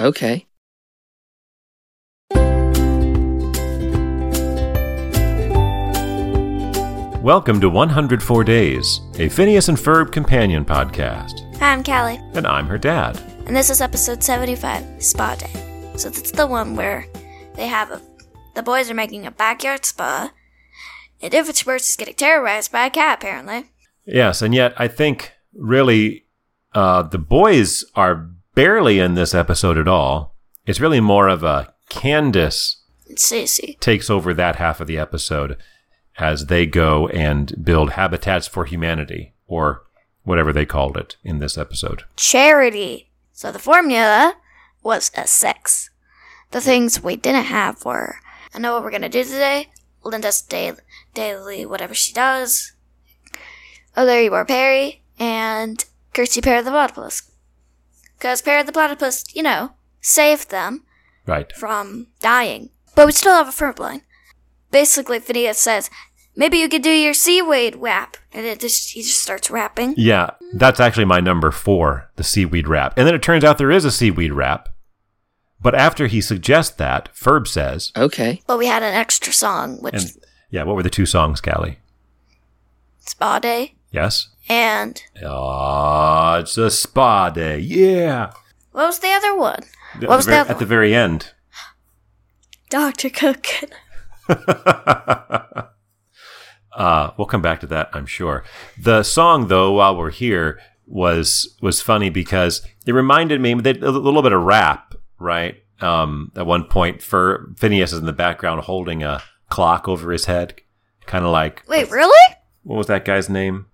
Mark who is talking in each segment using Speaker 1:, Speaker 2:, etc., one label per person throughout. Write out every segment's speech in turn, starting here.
Speaker 1: Okay.
Speaker 2: Welcome to 104 Days, a Phineas and Ferb companion podcast.
Speaker 3: Hi, I'm Callie,
Speaker 2: And I'm her dad.
Speaker 3: and this is episode 75, Spa Day. So that's the one where they have a, the boys are making a backyard spa, and Diffenshmirtz is getting terrorized by a cat, apparently.
Speaker 2: Yes, and yet I think really uh, the boys are barely in this episode at all. It's really more of a Candace
Speaker 3: And Cece.
Speaker 2: takes over that half of the episode as they go and build habitats for humanity or whatever they called it in this episode.
Speaker 3: Charity. So the formula was a six. The things we didn't have were I know what we're gonna do today. Linda's da- daily, whatever she does. Oh, there you are, Perry. And Kirsty Perry the Platypus. Because Perry the Platypus, you know, saved them
Speaker 2: Right.
Speaker 3: from dying. But we still have a front line. Basically, Phineas says, maybe you could do your seaweed wrap. And it just, he just starts rapping.
Speaker 2: Yeah, that's actually my number four, the seaweed wrap. And then it turns out there is a seaweed wrap. But after he suggests that, Ferb says,
Speaker 1: Okay.
Speaker 3: But we had an extra song, which
Speaker 2: and yeah, what were the two songs, Callie?
Speaker 3: Spa Day.
Speaker 2: Yes?
Speaker 3: And
Speaker 2: Ah, it's a spa day. Yeah.
Speaker 3: what was the other one?
Speaker 2: At the
Speaker 3: What was
Speaker 2: ver-
Speaker 3: that?
Speaker 2: At the very end.
Speaker 3: Dr. Cook.
Speaker 2: uh, we'll come back to that, I'm sure. The song, though, while we're here, was was funny because it reminded me that a little bit of rap, right? Um, at one point, for Phineas is in the background holding a clock over his head, kind of like
Speaker 3: Wait, really?
Speaker 2: what was that guy's name?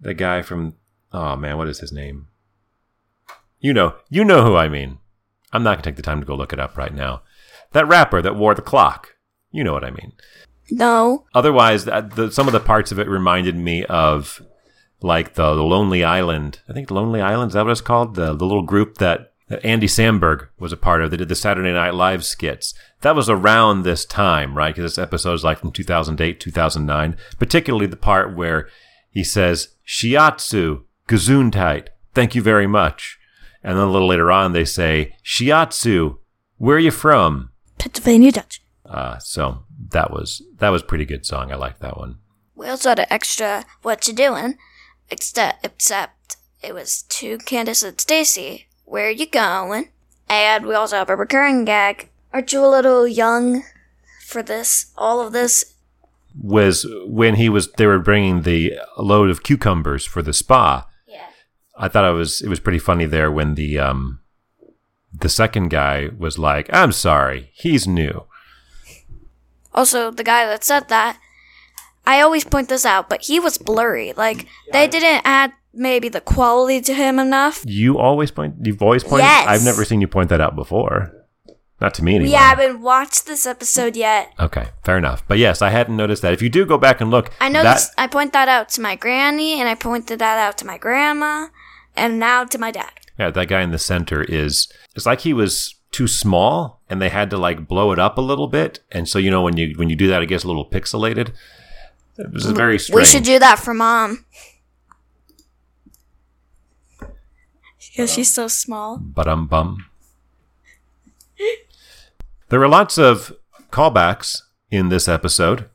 Speaker 2: The guy from oh man, what is his name? You know, you know who I mean. I'm not gonna take the time to go look it up right now. That rapper that wore the clock. You know what I mean.
Speaker 3: No.
Speaker 2: Otherwise, that, the, some of the parts of it reminded me of like the, the Lonely Island. I think Lonely Island is that what it's called? The the little group that, that Andy Samberg was a part of. They did the Saturday Night Live skits. That was around this time, right? Because this episode is like from 2008, 2009. Particularly the part where he says "Shiatsu, Gesundheit, thank you very much," and then a little later on they say "Shiatsu, where are you from?"
Speaker 3: Pennsylvania Dutch.
Speaker 2: Uh, so that was that was a pretty good song. I liked that one.
Speaker 3: We also had an extra What You Doing, except, except it was to Candace and Stacy, Where You Going? And we also have a recurring gag. Aren't you a little young for this? All of this?
Speaker 2: Was when he was they were bringing the load of cucumbers for the spa.
Speaker 3: Yeah.
Speaker 2: I thought it was it was pretty funny there when the um the second guy was like, "I'm sorry, he's new."
Speaker 3: Also, the guy that said that, I always point this out, but he was blurry. Like, they didn't add maybe the quality to him enough.
Speaker 2: You always point. You've always pointed.
Speaker 3: Yes.
Speaker 2: I've never seen you point that out before. Not to me anyway.
Speaker 3: We haven't watched this episode yet.
Speaker 2: Okay, fair enough. But yes, I hadn't noticed that. If you do go back and look,
Speaker 3: I know
Speaker 2: that
Speaker 3: this, I point that out to my granny, and I pointed that out to my grandma, and now to my dad.
Speaker 2: Yeah, that guy in the center is it's like he was too small and they had to like blow it up a little bit. And so you know when you when you do that it gets a little pixelated. It was very strange.
Speaker 3: We should do that for mom. Because she's so small.
Speaker 2: but um bum. There were lots of callbacks in this episode.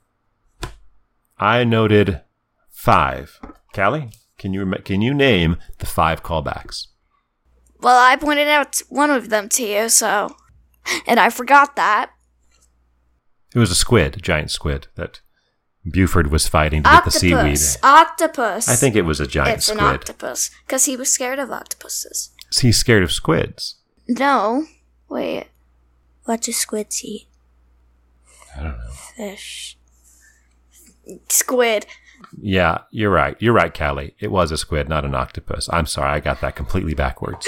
Speaker 2: I noted five. Callie, can you rem- can you name the five callbacks?
Speaker 3: Well, I pointed out one of them to you, so. And I forgot that.
Speaker 2: It was a squid, a giant squid that Buford was fighting to
Speaker 3: Octopus.
Speaker 2: get the seaweed.
Speaker 3: Octopus.
Speaker 2: I think it was a giant
Speaker 3: it's
Speaker 2: squid.
Speaker 3: an octopus because he was scared of octopuses.
Speaker 2: Is he scared of squids?
Speaker 3: No, wait. What do squids eat?
Speaker 2: I don't know.
Speaker 3: Fish. Squid.
Speaker 2: Yeah, you're right. You're right, Callie. It was a squid, not an octopus. I'm sorry, I got that completely backwards.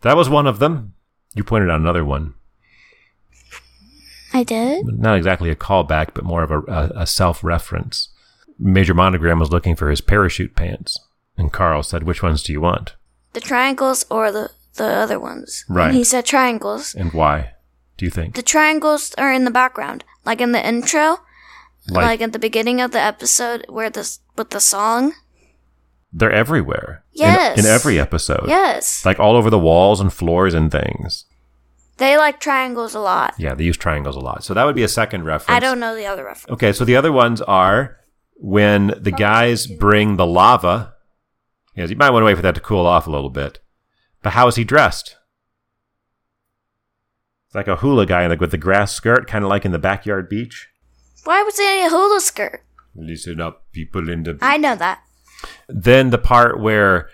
Speaker 2: that was one of them. You pointed out another one.
Speaker 3: I did.
Speaker 2: Not exactly a callback, but more of a, a, a self reference. Major Monogram was looking for his parachute pants, and Carl said, Which ones do you want?
Speaker 3: The triangles or the the other ones.
Speaker 2: Right.
Speaker 3: And he said triangles.
Speaker 2: And why? Do you think?
Speaker 3: The triangles are in the background, like in the intro, like,
Speaker 2: Like,
Speaker 3: at the beginning of the episode where the s- with the song.
Speaker 2: They're everywhere. in-
Speaker 3: Yes.
Speaker 2: In, every episode.
Speaker 3: Yes.
Speaker 2: Like all over the walls and floors and things.
Speaker 3: They like triangles a lot.
Speaker 2: Yeah, they use triangles a lot. So that would be a second reference.
Speaker 3: I don't know Oh, the other reference.
Speaker 2: Okay, so the other ones are when the guys bring the lava. Yes, you might want to wait for that to cool off a little bit. But how is he dressed? It's like a hula guy, like with the grass skirt, kind of like in the backyard beach.
Speaker 3: Why was it a hula skirt?
Speaker 2: Listen up, people in the.
Speaker 3: I know that.
Speaker 2: Then the part where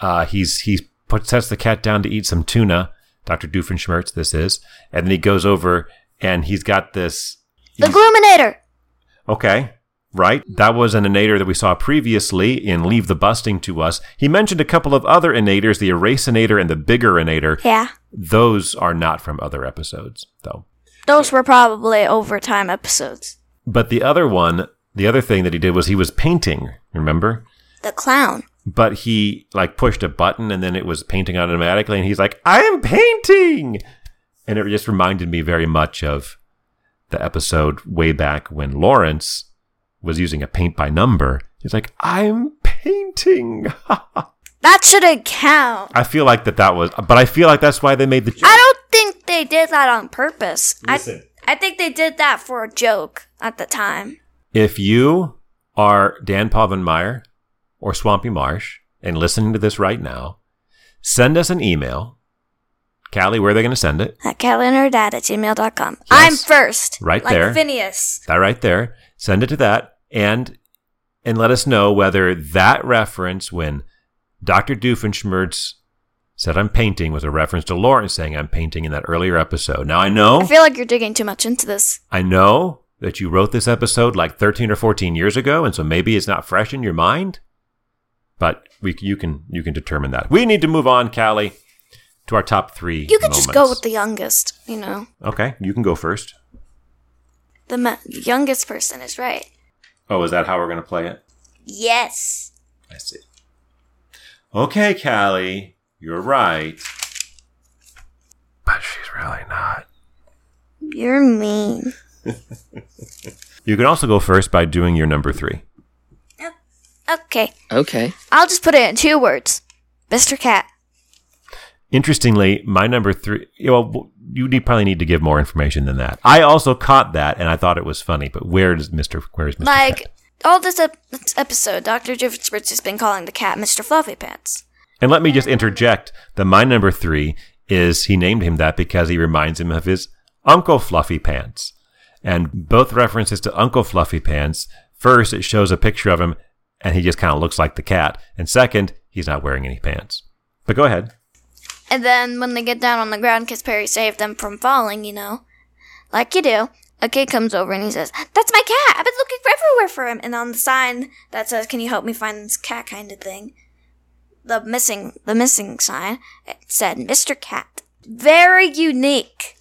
Speaker 2: uh, he's he puts sets the cat down to eat some tuna. Doctor Doofenshmirtz, this is, and then he goes over and he's got this.
Speaker 3: The
Speaker 2: he's-
Speaker 3: Gluminator.
Speaker 2: Okay. Right. That was an innator that we saw previously in Leave the Busting to Us. He mentioned a couple of other innators, the Erasinator and the Bigger Innator.
Speaker 3: Yeah.
Speaker 2: Those are not from other episodes, though.
Speaker 3: Those were probably overtime episodes.
Speaker 2: But the other one, the other thing that he did was he was painting, remember?
Speaker 3: The clown.
Speaker 2: But he like pushed a button and then it was painting automatically and he's like, I am painting. And it just reminded me very much of the episode way back when Lawrence was using a paint by number. He's like, I'm painting.
Speaker 3: That shouldn't count.
Speaker 2: I feel like that that was, but I feel like that's why they made the.
Speaker 3: I don't think they did that on purpose.
Speaker 2: Listen.
Speaker 3: I, I think they did that for a joke at the time.
Speaker 2: if you are Dan Povenmire or Swampy Marsh and listening to this right now, send us an email. Callie, where are they going to send it?
Speaker 3: At calendardad at gmail.com.
Speaker 2: Yes.
Speaker 3: I'm first.
Speaker 2: Right
Speaker 3: like
Speaker 2: there.
Speaker 3: Phineas.
Speaker 2: That right there. Send it to that and and let us know whether that reference when Dr. Doofenshmirtz said I'm painting was a reference to Lawrence saying I'm painting in that earlier episode. Now I know
Speaker 3: I feel like you're digging too much into this.
Speaker 2: I know that you wrote this episode like 13 or 14 years ago, and so maybe it's not fresh in your mind. But we, you can you can determine that. We need to move on, Callie, to our top three.
Speaker 3: You could just go with
Speaker 2: moments.
Speaker 3: the youngest, you know.
Speaker 2: Okay, you can go first.
Speaker 3: The ma- youngest person is right.
Speaker 2: Oh, is that how we're gonna play it?
Speaker 3: Yes.
Speaker 2: I see. Okay, Callie, you're right. But she's really not.
Speaker 3: You're mean.
Speaker 2: You can also go first by doing your number three.
Speaker 3: Okay.
Speaker 1: Okay.
Speaker 3: I'll just put it in two words. Mr. Cat.
Speaker 2: Interestingly, my number three. Well, you need, probably need to give more information than that. I also caught that, and I thought it was funny. But where does Mister? Where is Mister?
Speaker 3: like all this, ep- this episode, Doctor Doofenshmirtz has been calling the cat Mr. Fluffy Pants.
Speaker 2: And let me just interject that my number three is he named him that because he reminds him of his Uncle Fluffy Pants. And both references to Uncle Fluffy Pants. First, it shows a picture of him, and he just kind of looks like the cat. And second, he's not wearing any pants. But go ahead.
Speaker 3: And then when they get down on the ground, because Perry saved them from falling, you know, like you do, a kid comes over and he says, "That's my cat. I've been looking everywhere for him." And on the sign that says, "Can you help me find this cat?" kind of thing, the missing the missing sign it said Mr. Cat. Very unique.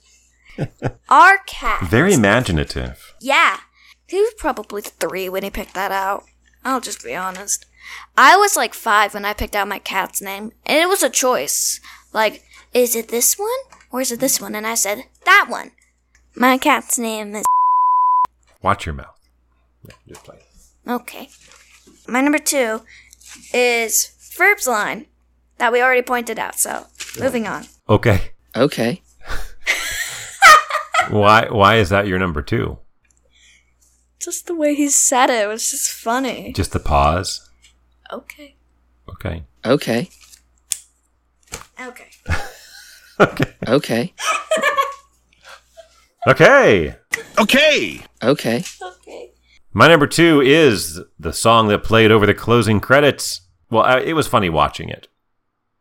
Speaker 3: Our cat.
Speaker 2: Very imaginative.
Speaker 3: Yeah. He was probably three when he picked that out. I'll just be honest. I was like five when I picked out my cat's name, and it was a choice. Like, is it this one or is it this one? And I said, that one. My cat's name is.
Speaker 2: Watch your mouth. Yeah, just play.
Speaker 3: Okay. My number two is Ferb's line that we already pointed out, so moving on.
Speaker 2: Okay.
Speaker 1: Okay.
Speaker 2: Why why is that your number two?
Speaker 3: Just the way he said it was just funny.
Speaker 2: Just the pause?
Speaker 3: Okay.
Speaker 2: Okay.
Speaker 1: Okay.
Speaker 3: Okay.
Speaker 2: Okay.
Speaker 1: Okay.
Speaker 2: Okay.
Speaker 4: Okay.
Speaker 1: Okay.
Speaker 3: Okay.
Speaker 2: My number two is the song that played over the closing credits. Well, I, it was funny watching it.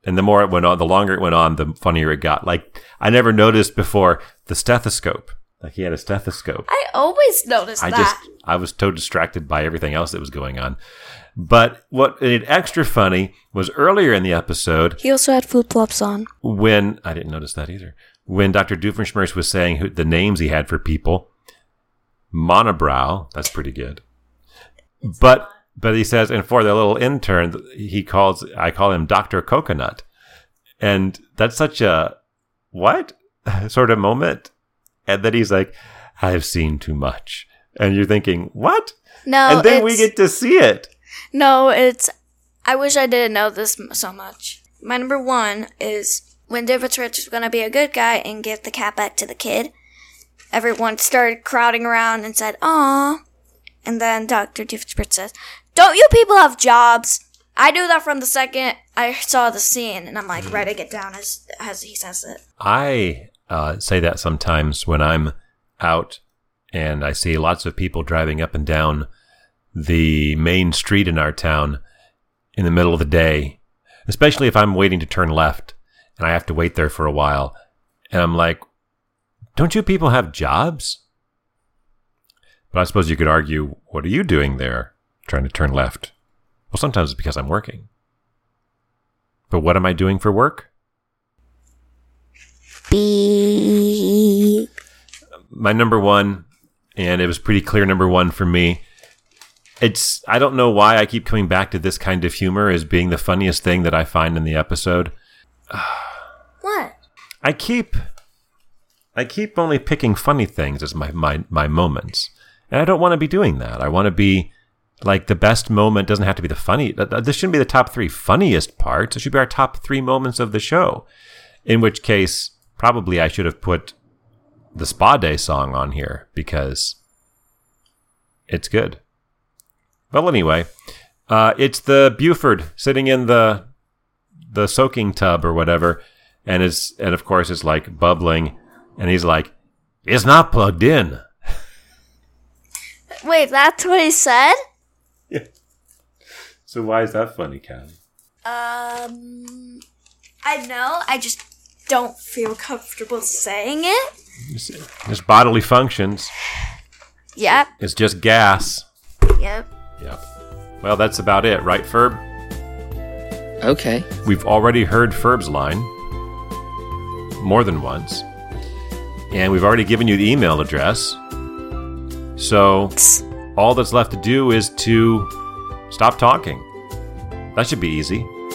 Speaker 2: And the more it went on, the longer it went on, the funnier it got. Like, I never noticed before the stethoscope. Like, he had a stethoscope.
Speaker 3: I always notice
Speaker 2: I
Speaker 3: that.
Speaker 2: just I was so distracted by everything else that was going on. But what made it extra funny was earlier in the episode,
Speaker 3: He also had flip flops on.
Speaker 2: when I didn't notice that either. When Dr. Doofenshmirtz was saying who, the names he had for people, monobrow, that's pretty good. But but he says, and for the little intern, he calls I call him Dr. Coconut, and that's such a what sort of moment, and then he's like, I've seen too much, and you're thinking what,
Speaker 3: No,
Speaker 2: and then we
Speaker 3: Oh, it's-
Speaker 2: get to see it.
Speaker 3: No, it's I wish I didn't know this m- so much. My number one is when David Church was going to be a good guy and give the cat back to the kid. Everyone started crowding around and said, "Aw." And then Dr. David says, "Don't you people have jobs?" I knew that from the second I saw the scene, and I'm
Speaker 2: Mm.
Speaker 3: like writing it down as as he says it.
Speaker 2: I uh, say that sometimes when I'm out and I see lots of people driving up and down the main street in our town in the middle of the day, especially if I'm waiting to turn left and I have to wait there for a while. And I'm like, don't you people have jobs? But I suppose you could argue, what are you doing there trying to turn left? Well, sometimes it's because I'm working. But what am I doing for work?
Speaker 3: Bee.
Speaker 2: my number one, and it was pretty clear number one for me. It's I don't know why I keep coming back to this kind of humor as being the funniest thing that I find in the episode.
Speaker 3: What?
Speaker 2: I keep I keep only picking funny things as my my, my moments. And I don't want to be doing that. I want to be like the best moment doesn't have to be the funny. th- th- This shouldn't be the top three funniest parts. It should be our top three moments of the show. In which case, probably I should have put the Spa Day song on here because it's good. Well, anyway, uh, it's the Buford sitting in the the soaking tub or whatever, and it's and of course it's like bubbling, and he's like, "It's not plugged in."
Speaker 3: Wait, that's what he said?
Speaker 2: So why is that funny, Callie?
Speaker 3: Um, I know. I just don't feel comfortable saying it.
Speaker 2: His bodily functions
Speaker 3: Yep.
Speaker 2: is just gas.
Speaker 3: Yep.
Speaker 2: Yep. Well, that's about it, right, Ferb?
Speaker 1: Okay.
Speaker 2: We've already heard Ferb's line more than once, and we've already given you the email address. So all that's left to do is to stop talking. That should be easy.